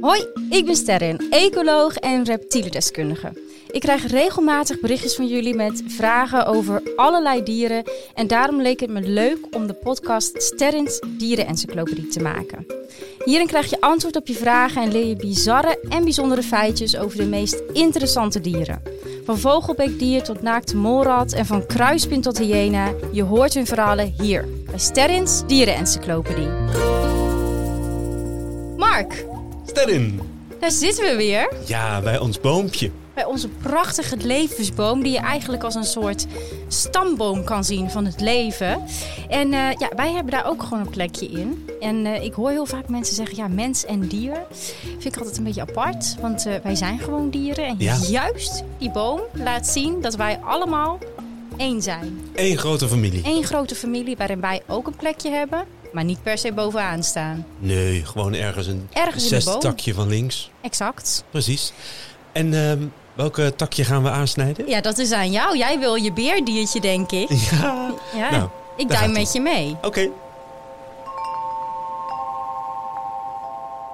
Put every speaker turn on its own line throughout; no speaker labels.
Hoi, ik ben Sterren, ecoloog en reptielendeskundige. Ik krijg regelmatig berichtjes van jullie met vragen over allerlei dieren. En daarom leek het me leuk om de podcast Sterrens Dierenencyclopedie te maken. Hierin krijg je antwoord op je vragen en leer je bizarre en bijzondere feitjes over de meest interessante dieren. Van vogelbeekdier tot naakte molrat en van kruispin tot hyena. Je hoort hun verhalen hier, bij Sterrens Dierenencyclopedie. Mark,
Sterren.
daar zitten we weer.
Ja, bij ons boompje.
Bij onze prachtige levensboom, die je eigenlijk als een soort stamboom kan zien van het leven. En eh, ja, wij hebben daar ook gewoon een plekje in. En eh, ik hoor heel vaak mensen zeggen, ja, mens en dier. Vind ik altijd een beetje apart, want eh, wij zijn gewoon dieren. En
Ja.
juist die boom laat zien dat wij allemaal één zijn.
Eén grote familie.
Eén grote familie waarin wij ook een plekje hebben, maar niet per se bovenaan staan.
Nee, gewoon ergens een
Ergens in de
zes
boom.
takje van links.
Exact.
Precies. En ehm, welke takje gaan we aansnijden?
Ja, dat is aan jou. Jij wil je beerdiertje, denk ik.
Ja.
Ja,
Nou,
ik duim
daar gaat-ie.
met je mee.
Oké.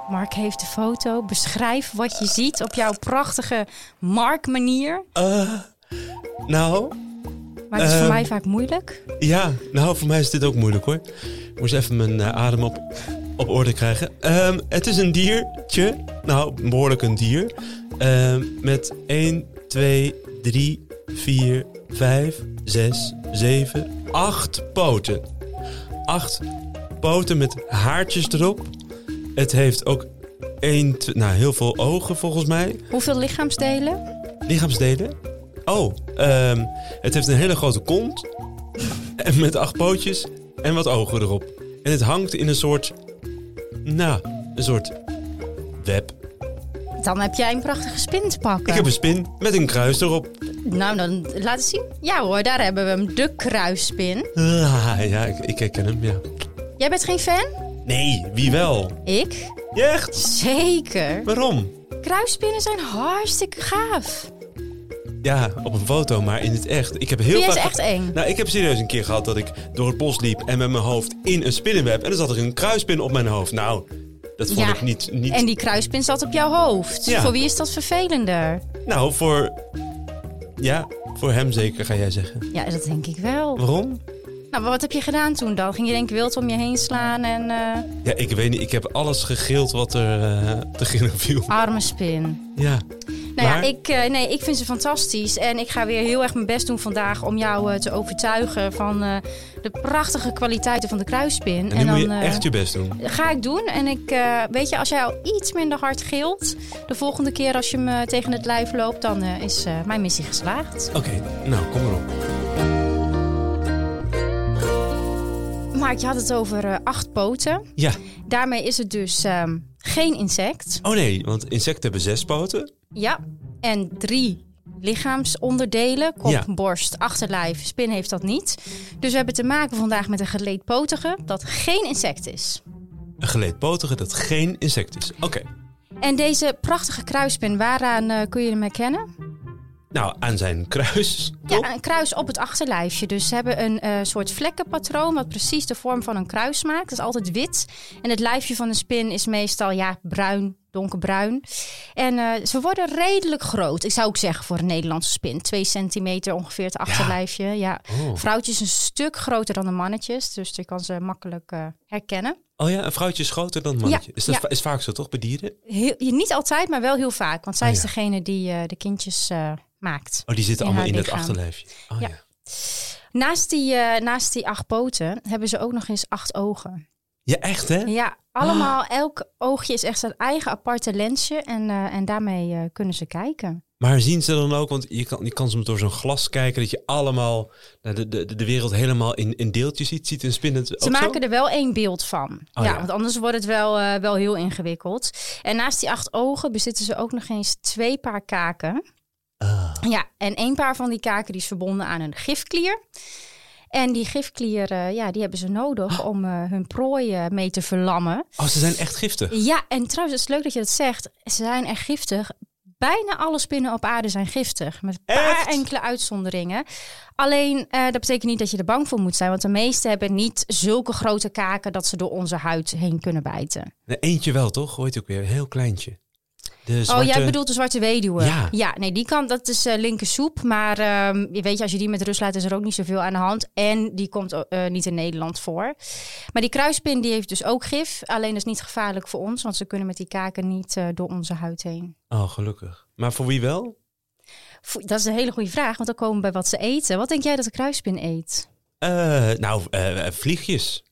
Mark heeft de foto. Beschrijf wat je ziet op jouw prachtige Mark-manier.
Eh, nou,
Maar dat is voor
Ehm.
mij vaak moeilijk.
ja. Nou, voor mij is dit ook moeilijk hoor. Ik moest even mijn eh, adem op, op orde krijgen. Ehm, het is een diertje. Nou, behoorlijk een dier. Ehm, met 1, 2, 3, 4, 5, 6, 7, 8 poten. Acht poten met haartjes erop. Het heeft ook 1, nou, heel veel ogen volgens mij.
Hoeveel lichaamsdelen?
Lichaamsdelen? Oh, ehm, het heeft een hele grote kont. en met acht pootjes en wat ogen erop. En het hangt in een soort. Nou, een soort web.
Dan heb jij een prachtige spin te pakken.
Ik heb een spin met een kruis erop.
Nou, dan laat het zien. Ja hoor, daar hebben we hem. De kruisspin.
Ah, ja, ik, ik herken hem, ja.
Jij bent geen fan?
Nee, wie wel?
Ik?
Echt?
Zeker.
Waarom?
Kruisspinnen zijn hartstikke gaaf.
Ja, op een foto, maar in het echt. Ik heb heel
Vind jij ze
vaak-
echt eng?
Nou, ik heb serieus een keer gehad dat ik door het bos liep en met mijn hoofd in een spinnenweb. En dan zat er een kruispin op mijn hoofd. Nou, dat vond
Ja.
ik niet, niet
En die kruispin zat op jouw hoofd.
Ja.
Voor wie is dat vervelender?
Nou, voor. Ja, voor hem zeker, ga jij zeggen.
Ja, dat denk ik wel.
Waarom?
Nou, maar wat heb je gedaan toen dan? Ging je denk ik wild om je heen slaan en eh,
Ja, ik weet niet. Ik heb alles gegild wat er eh, te gillen viel.
arme spin.
Ja.
Nou
Maar-
ja, ik, eh, nee, ik vind ze fantastisch. En ik ga weer heel erg mijn best doen vandaag om jou eh, te overtuigen van eh, de prachtige kwaliteiten van de kruispin.
En nu moet je
eh,
echt je best doen.
Ga ik doen. En ik, eh, weet je, als jij al iets minder hard gilt, de volgende keer als je me tegen het lijf loopt, dan eh, is eh, mijn missie geslaagd.
Oké, nou, kom erop.
Mark, je had het over eh, acht poten.
Ja.
Daarmee is het dus ehm, geen insect.
Oh nee, want insecten hebben zes poten.
Ja. En drie lichaamsonderdelen. Kop,
Ja.
borst, achterlijf. Spin heeft dat niet. Dus we hebben te maken vandaag met een geleedpotige dat geen insect is.
Een geleedpotige dat geen insect is. Oké.
En deze prachtige kruispin, waaraan eh, kun je hem herkennen?
Nou, aan zijn kruis. Top.
Ja, een kruis op het achterlijfje. Dus ze hebben een eh, soort vlekkenpatroon wat precies de vorm van een kruis maakt. Dat is altijd wit. En het lijfje van een spin is meestal ja, bruin, donkerbruin. En eh, ze worden redelijk groot. Ik zou ook zeggen voor een Nederlandse spin. Twee centimeter ongeveer het achterlijfje. Ja.
Oh.
Vrouwtjes een stuk groter dan de mannetjes. Dus je kan ze makkelijk eh, herkennen.
oh ja, een vrouwtje is groter dan een mannetje.
Ja,
Is dat
ja.
va- is vaak zo toch bij dieren?
Heel, niet altijd, maar wel heel vaak. Want zij
Oh,
is
ja.
degene die eh, de kindjes eh, maakt.
Oh, die zitten
In
allemaal in
haar
dat
lichaam.
achterlijfje. Oh,
Ja.
ja.
Naast die, eh, naast die acht poten hebben ze ook nog eens acht ogen.
Ja, Ah. echt hè?
Ja, allemaal. Elk oogje is echt zijn eigen aparte lensje. En, eh, en daarmee eh, kunnen ze kijken.
Maar zien ze dan ook, want je kan, je kan soms door zo'n glas kijken dat je allemaal nou, de, de, de wereld helemaal in, in deeltjes ziet. Ziet een spin het ook
Ze maken
zo? Oh
er wel één beeld van. ja,
ja.
want anders wordt het wel, eh, wel heel ingewikkeld. En naast die acht ogen bezitten ze ook nog eens twee paar kaken.
Ah,
Ja, en één paar van die kaken die is verbonden aan een gifklier. En die gifklier, eh, ja, die hebben ze nodig
Ah.
om eh, hun prooi eh, mee te verlammen.
Oh, ze zijn echt giftig.
Ja, en trouwens, het is leuk dat je dat zegt. Ze zijn echt giftig. bijna alle spinnen op aarde zijn giftig. Met een paar
Echt?
enkele uitzonderingen. Alleen, eh, dat betekent niet dat je er bang voor moet zijn. Want de meeste hebben niet zulke grote kaken dat ze door onze huid heen kunnen bijten.
Nee, eentje wel, toch? Hoort ook weer. Een heel kleintje. De zwarte...
Oh, jij bedoelt de zwarte weduwe?
Ja.
nee, die kan, dat is eh linkersoep. Maar ehm, je weet je, als je die met rust laat, is er ook niet zoveel aan de hand. En die komt eh, niet in Nederland voor. Maar die kruispin, die heeft dus ook gif. Alleen dat is niet gevaarlijk voor ons, want ze kunnen met die kaken niet eh, door onze huid heen.
Oh, gelukkig. Maar voor wie wel?
Vo- Dat is een hele goede vraag, want dan komen we bij wat ze eten. Wat denk jij dat de kruispin eet?
Eh, nou, eh, eh, vliegjes.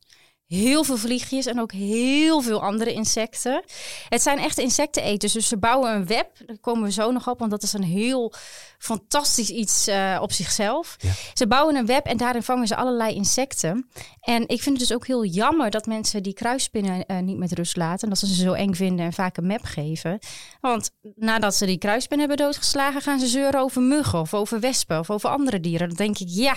Heel veel vliegjes en ook heel veel andere insecten. Het zijn echte insecteneters, dus ze bouwen een web. Daar komen we zo nog op, want dat is een heel fantastisch iets eh, op zichzelf.
Ja.
Ze bouwen een web en daarin vangen ze allerlei insecten. En ik vind het dus ook heel jammer dat mensen die kruisspinnen eh, niet met rust laten. En dat ze ze zo eng vinden en vaak een map geven. Want nadat ze die kruispin hebben doodgeslagen, gaan ze zeuren over muggen of over wespen of over andere dieren. Dan denk ik, ja,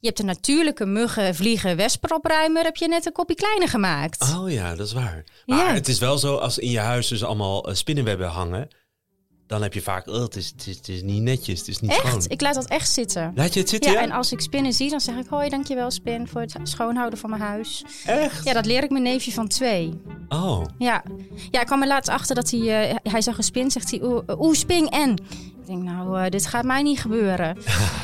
je hebt de natuurlijke muggen, vliegen, wespenopruimer heb je net een kopje kleiner gemaakt.
Oh ja, dat is waar. Maar
Ja.
het is wel zo, als in je huis dus allemaal eh, spinnenwebben hangen, dan heb je vaak, oh, het, is, het, is, het is niet netjes, het is niet schoon.
Echt? Ik laat dat echt zitten.
Laat je het zitten,
Ja,
ja?
en als ik spinnen zie, dan zeg ik hoi, dankjewel spin voor het schoonhouden van mijn huis.
Echt?
Ja, dat leer ik mijn neefje van twee.
Oh,
Ja, ja ik kwam er laatst achter dat hij, eh, hij zag een spin, zegt hij, oeh, eh, oeh, spin en. Ik denk, nou, eh, dit gaat mij niet gebeuren.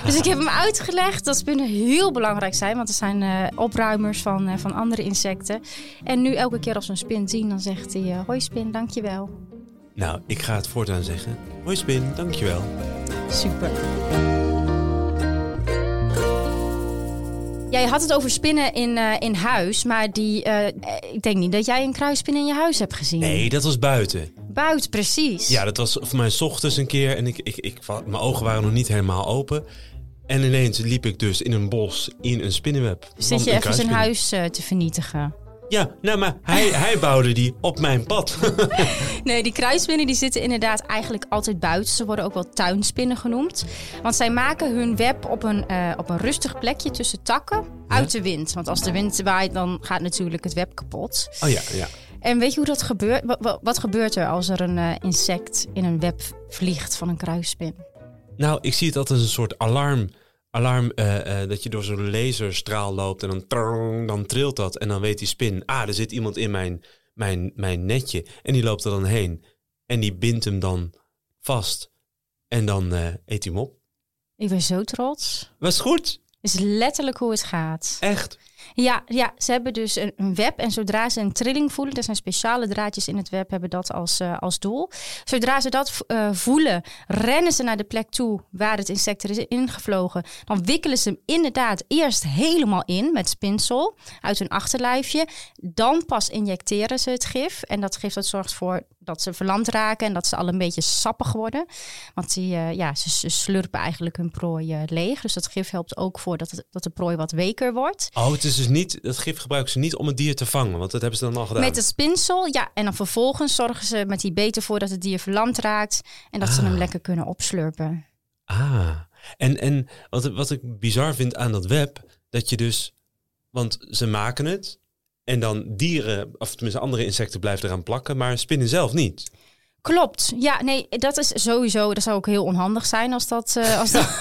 dus ik heb hem uitgelegd dat spinnen heel belangrijk zijn, want er zijn eh, opruimers van, eh, van andere insecten. En nu elke keer als we een spin zien, dan zegt hij, eh, hoi spin, dankjewel.
nou, ik ga het voortaan zeggen. Hoi Spin, dankjewel.
Super. Jij had het over spinnen in, eh, in huis, maar die, eh, ik denk niet dat jij een kruispin in je huis hebt gezien.
Nee, dat was buiten.
Buiten, precies.
Ja, dat was voor mij 's ochtends een keer en ik, ik, ik, wa- mijn ogen waren nog niet helemaal open. En ineens liep ik dus in een bos in een spinnenweb. Van
Zit je
een
even zijn
kruispin.
huis eh, te vernietigen?
Ja, nou, maar hij, hij bouwde die op mijn pad.
Nee, die kruispinnen die zitten inderdaad eigenlijk altijd buiten. Ze worden ook wel tuinspinnen genoemd. Want zij maken hun web op een, eh, op een rustig plekje tussen takken uit de wind. Want als de wind waait, dan gaat natuurlijk het web kapot.
Oh ja, ja.
En weet je hoe dat gebeurt? Wa- wa- Wat, gebeurt er als er een eh, insect in een web vliegt van een kruispin?
Nou, ik zie het altijd als een soort alarm. Alarm eh, eh, dat je door zo'n laserstraal loopt en dan, trrrrng, dan trilt dat. En dan weet die spin, ah, er zit iemand in mijn, mijn, mijn netje. En die loopt er dan heen. En die bindt hem dan vast. En dan eh, eet hij hem op.
Ik ben zo trots.
Was goed,
Het is letterlijk hoe het gaat.
echt.
Ja, ja ze hebben dus een, een web en zodra ze een trilling voelen, er zijn speciale draadjes in het web, hebben dat als, eh, als doel. Zodra ze dat eh, voelen, rennen ze naar de plek toe waar het insect er is ingevlogen. Dan wikkelen ze hem inderdaad eerst helemaal in met spinsel uit hun achterlijfje. Dan pas injecteren ze het gif en dat gif dat zorgt voor dat ze verlamd raken en dat ze al een beetje sappig worden. Want die, eh, ja, ze, ze slurpen eigenlijk hun prooi eh, leeg. Dus dat gif helpt ook voor dat, het, dat de prooi wat weker wordt.
Oh, het is dus niet, dat gif gebruiken ze niet om het dier te vangen. Want dat hebben ze dan al gedaan.
Met het spinsel, ja. En dan vervolgens zorgen ze met die beter voor dat het dier verlamd raakt. En dat ze hem lekker kunnen opslurpen.
Ah, en, en wat, wat ik bizar vind aan dat web, dat je dus, want ze maken het en dan dieren, of tenminste andere insecten blijven eraan plakken, maar spinnen zelf niet.
Klopt. Ja, nee, dat is sowieso. Dat zou ook heel onhandig zijn als dat, eh, als dat,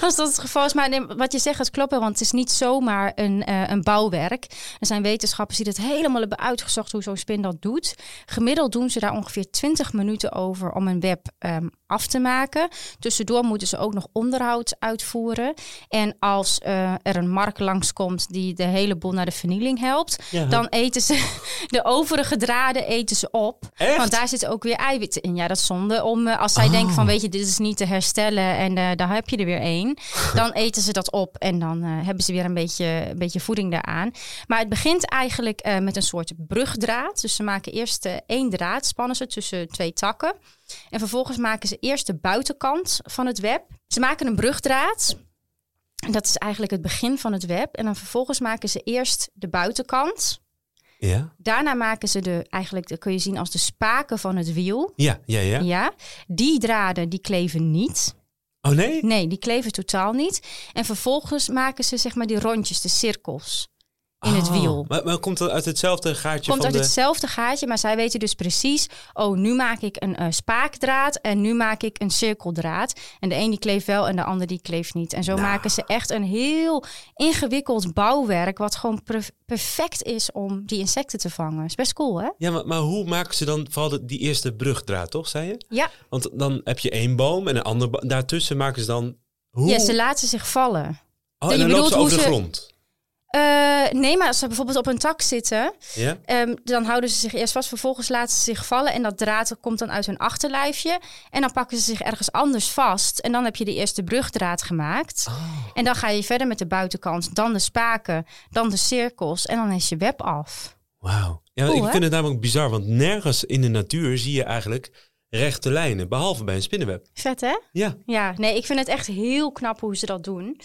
als dat het geval is. Maar nee, wat je zegt, dat klopt. wel, Want het is niet zomaar een, eh, een bouwwerk. Er zijn wetenschappers die dat helemaal hebben uitgezocht hoe zo'n spin dat doet. Gemiddeld doen ze daar ongeveer 20 minuten over om een web ehm, af te maken. Tussendoor moeten ze ook nog onderhoud uitvoeren. En als eh, er een mark langskomt die de hele boel naar de vernieling helpt,
Ja.
dan eten ze de overige draden eten ze op.
Echt?
Want daar zitten ook weer eiwitten in. Ja, dat is zonde. Om, eh, als zij denken van, weet je, dit is niet te herstellen en eh, daar heb je er weer één. Dan eten ze dat op en dan eh, hebben ze weer een beetje, een beetje voeding daaraan. Maar het begint eigenlijk eh, met een soort brugdraad. Dus ze maken eerst eh, één draad, spannen ze tussen twee takken. En vervolgens maken ze eerst de buitenkant van het web. Ze maken een brugdraad. En Dat is eigenlijk het begin van het web. En dan vervolgens maken ze eerst de buitenkant.
Ja?
Daarna maken ze de, eigenlijk dat kun je zien als de spaken van het wiel.
Ja, ja, ja.
Ja. Die draden die kleven niet.
Oh nee?
Nee, die kleven totaal niet. En vervolgens maken ze zeg maar die rondjes, de cirkels. in het
Oh,
wiel.
Maar, maar komt dat uit hetzelfde gaatje
Komt
van
uit
de...
hetzelfde gaatje, maar zij weten dus precies... oh, nu maak ik een eh, spaakdraad en nu maak ik een cirkeldraad. En de een die kleeft wel en de ander die kleeft niet. En zo
Nou.
maken ze echt een heel ingewikkeld bouwwerk... wat gewoon per- perfect is om die insecten te vangen. Is best cool, hè?
Ja, maar, maar hoe maken ze dan vooral de- die eerste brugdraad, toch, zei je?
Ja,
Want dan heb je één boom en een ander boom. Daartussen maken ze dan... Hoe...
ja ze laten zich vallen.
oh,
je
en dan lopen
bedoelt
ze
hoe
over de
ze-
grond.
Eh, nee, maar als ze bijvoorbeeld op een tak zitten...
Ja?
Ehm, dan houden ze zich eerst vast, vervolgens laten ze zich vallen. En dat draad komt dan uit hun achterlijfje. En dan pakken ze zich ergens anders vast. En dan heb je de eerste brugdraad gemaakt. En dan ga je verder met de buitenkant. Dan de spaken, dan de cirkels. En dan is je web af.
Wauw. Ja,
Cool,
ik
hè?
vind het namelijk bizar, want nergens in de natuur zie je eigenlijk rechte lijnen, behalve bij een spinnenweb.
Vet, hè?
Ja.
Ja, nee, ik vind het echt heel knap hoe ze dat doen.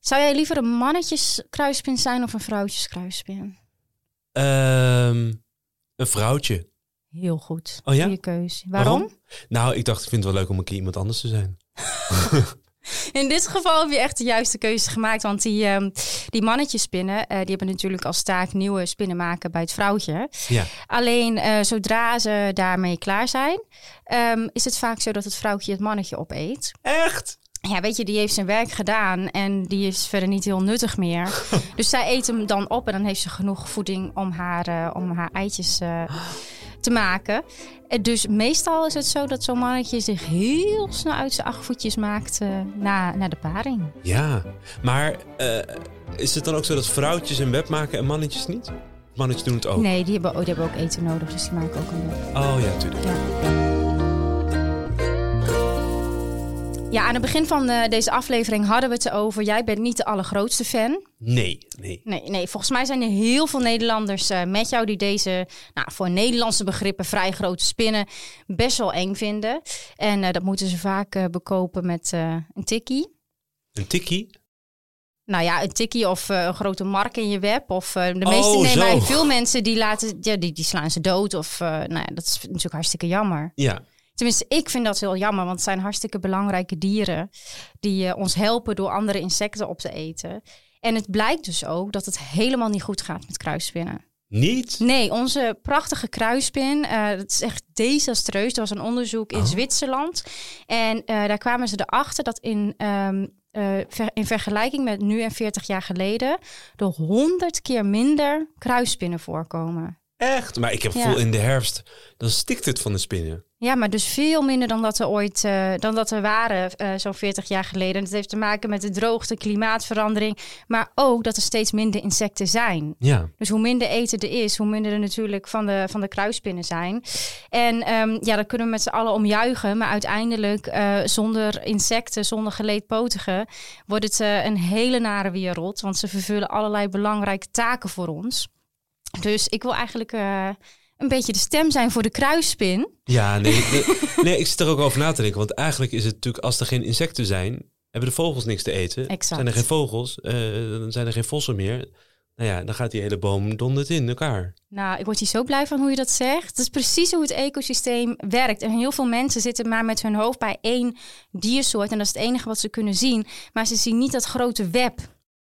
Zou jij liever een mannetjeskruispin zijn of een vrouwtjeskruispin?
Ehm, een vrouwtje.
Heel goed.
Oh ja?
Goeie keus. Waarom?
Nou, ik dacht, ik vind het wel leuk om een keer iemand anders te zijn.
In dit geval heb je echt de juiste keuze gemaakt. Want die, ehm die mannetjespinnen, eh, die hebben natuurlijk als taak nieuwe spinnen maken bij het vrouwtje.
Ja.
Alleen eh, zodra ze daarmee klaar zijn, ehm, is het vaak zo dat het vrouwtje het mannetje opeet.
Echt?
Ja, weet je, die heeft zijn werk gedaan en die is verder niet heel nuttig meer. dus zij eet hem dan op en dan heeft ze genoeg voeding om haar, eh, om haar eitjes eh, te maken. Eh, dus meestal is het zo dat zo'n mannetje zich heel snel uit zijn acht voetjes maakt eh, na, na de paring.
Ja. Maar eh, is het dan ook zo dat vrouwtjes een web maken en mannetjes niet? Mannetjes doen het ook.
Nee, die hebben, oh, die hebben ook eten nodig, dus die maken ook een web.
Oh ja, tuurlijk.
Ja. Ja, aan het begin van eh, deze aflevering hadden we het erover. Jij bent niet de allergrootste fan.
Nee, nee.
Nee, nee, volgens mij zijn er heel veel Nederlanders eh, met jou die deze, nou, voor Nederlandse begrippen, vrij grote spinnen best wel eng vinden. En eh, dat moeten ze vaak eh, bekopen met eh, een tikkie.
Een tikkie?
Nou ja, een tikkie of eh, een grote mark in je web. Of eh, de
Oh,
meeste
zo.
nemen wij veel mensen die laten, ja, die, die slaan ze dood. Of eh, nou ja, dat is natuurlijk hartstikke jammer.
Ja.
Tenminste, ik vind dat heel jammer, want het zijn hartstikke belangrijke dieren die eh, ons helpen door andere insecten op te eten. En het blijkt dus ook dat het helemaal niet goed gaat met kruisspinnen.
Niet?
Nee, onze prachtige kruispin, eh dat is echt desastreus. Er was een onderzoek in
Oh.
Zwitserland en eh, daar kwamen ze erachter dat in, ehm, eh, ver- in vergelijking met nu en 40 jaar geleden er 100 keer minder kruispinnen voorkomen.
Echt? Maar ik heb
Ja.
gevoel in de herfst, dan stikt het van de spinnen.
Ja, maar dus veel minder dan dat er ooit eh, dan dat er waren eh, zo'n 40 jaar geleden. En dat heeft te maken met de droogte, klimaatverandering, maar ook dat er steeds minder insecten zijn.
Ja.
Dus hoe minder eten er is, hoe minder er natuurlijk van de, van de kruispinnen zijn. En ehm, ja, dat kunnen we met z'n allen omjuichen. Maar uiteindelijk, eh, zonder insecten, zonder geleedpotigen, wordt het eh, een hele nare wereld. Want ze vervullen allerlei belangrijke taken voor ons. Dus ik wil eigenlijk eh, een beetje de stem zijn voor de kruispin.
Ja, nee, de- nee, ik zit er ook over na te denken. Want eigenlijk is het natuurlijk, als er geen insecten zijn, hebben de vogels niks te eten.
Exact.
Zijn er geen vogels, eh, dan zijn er geen vossen meer. Nou ja, dan gaat die hele boom donderd in elkaar.
Nou, ik word hier zo blij van hoe je dat zegt. Dat is precies hoe het ecosysteem werkt. En heel veel mensen zitten maar met hun hoofd bij één diersoort. En dat is het enige wat ze kunnen zien. Maar ze zien niet dat grote web.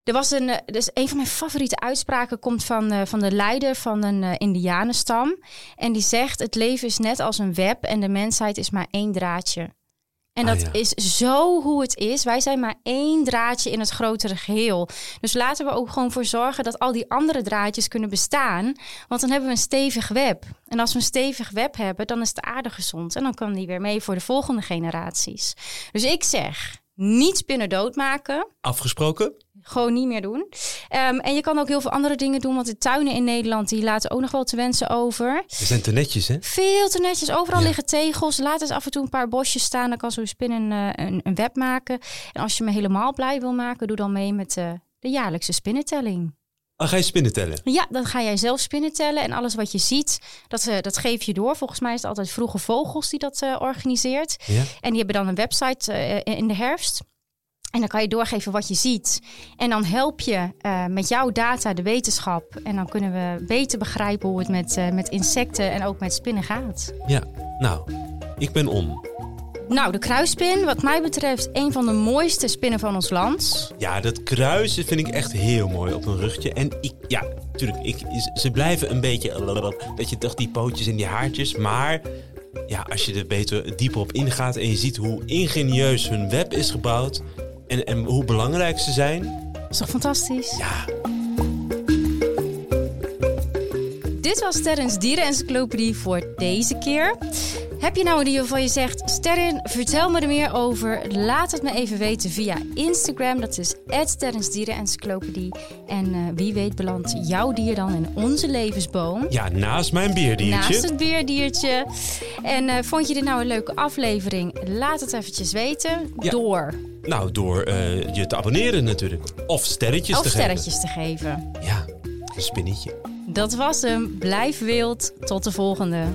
Er was een, eh, dus een van mijn favoriete uitspraken komt van, eh, van de leider van een eh, indianenstam. En die zegt, het leven is net als een web en de mensheid is maar één draadje. En
Ah,
dat
ja.
is zo hoe het is. Wij zijn maar één draadje in het grotere geheel. Dus laten we ook gewoon voor zorgen dat al die andere draadjes kunnen bestaan. Want dan hebben we een stevig web. En als we een stevig web hebben, dan is de aarde gezond. En dan kan die weer mee voor de volgende generaties. Dus ik zeg, niet spinnen doodmaken.
Afgesproken?
Gewoon niet meer doen. Ehm, en je kan ook heel veel andere dingen doen. Want de tuinen in Nederland, die laten ook nog wel te wensen over.
We zijn te netjes, hè?
Veel te netjes. Overal
Ja.
liggen tegels. Laat eens af en toe een paar bosjes staan. Dan kan zo'n spin een, eh, een, een web maken. En als je me helemaal blij wil maken, doe dan mee met eh, de jaarlijkse spinnentelling.
Ah, ga je spinnen tellen?
Ja, dan ga jij zelf spinnen tellen. En alles wat je ziet, dat, eh, dat geef je door. Volgens mij is het altijd Vroege Vogels die dat eh, organiseert.
Ja.
En die hebben dan een website eh, in de herfst. En dan kan je doorgeven wat je ziet. En dan help je eh, met jouw data de wetenschap. En dan kunnen we beter begrijpen hoe het met, eh, met insecten en ook met spinnen gaat.
Ja. Nou, ik ben om.
Nou, de kruispin, wat mij betreft, een van de mooiste spinnen van ons land.
Ja, dat kruisen vind ik echt heel mooi op een rugje. En ik, ja, natuurlijk, ik, ze blijven een beetje... Dat je toch die pootjes en die haartjes. Maar ja, als je er beter dieper op ingaat en je ziet hoe ingenieus hun web is gebouwd... en, en hoe belangrijk ze zijn.
Dat is toch fantastisch?
Ja,
Dit was Terrens Dierenencyclopedie voor deze keer. Heb je nou een dier waarvan je zegt... Sterren, vertel me er meer over. Laat het me even weten via Instagram. Dat is Sterrens Dierenencyclopedie. En eh, wie weet belandt jouw dier dan in onze levensboom.
ja naast mijn beerdiertje.
Naast het beerdiertje. En eh, vond je dit nou een leuke aflevering? Laat het eventjes weten.
Ja.
Door.
Nou, door eh, je te abonneren natuurlijk. Of sterretjes
Of
te
sterretjes te geven.
geven. Ja, een spinnetje.
Dat was hem. Blijf wild. Tot de volgende.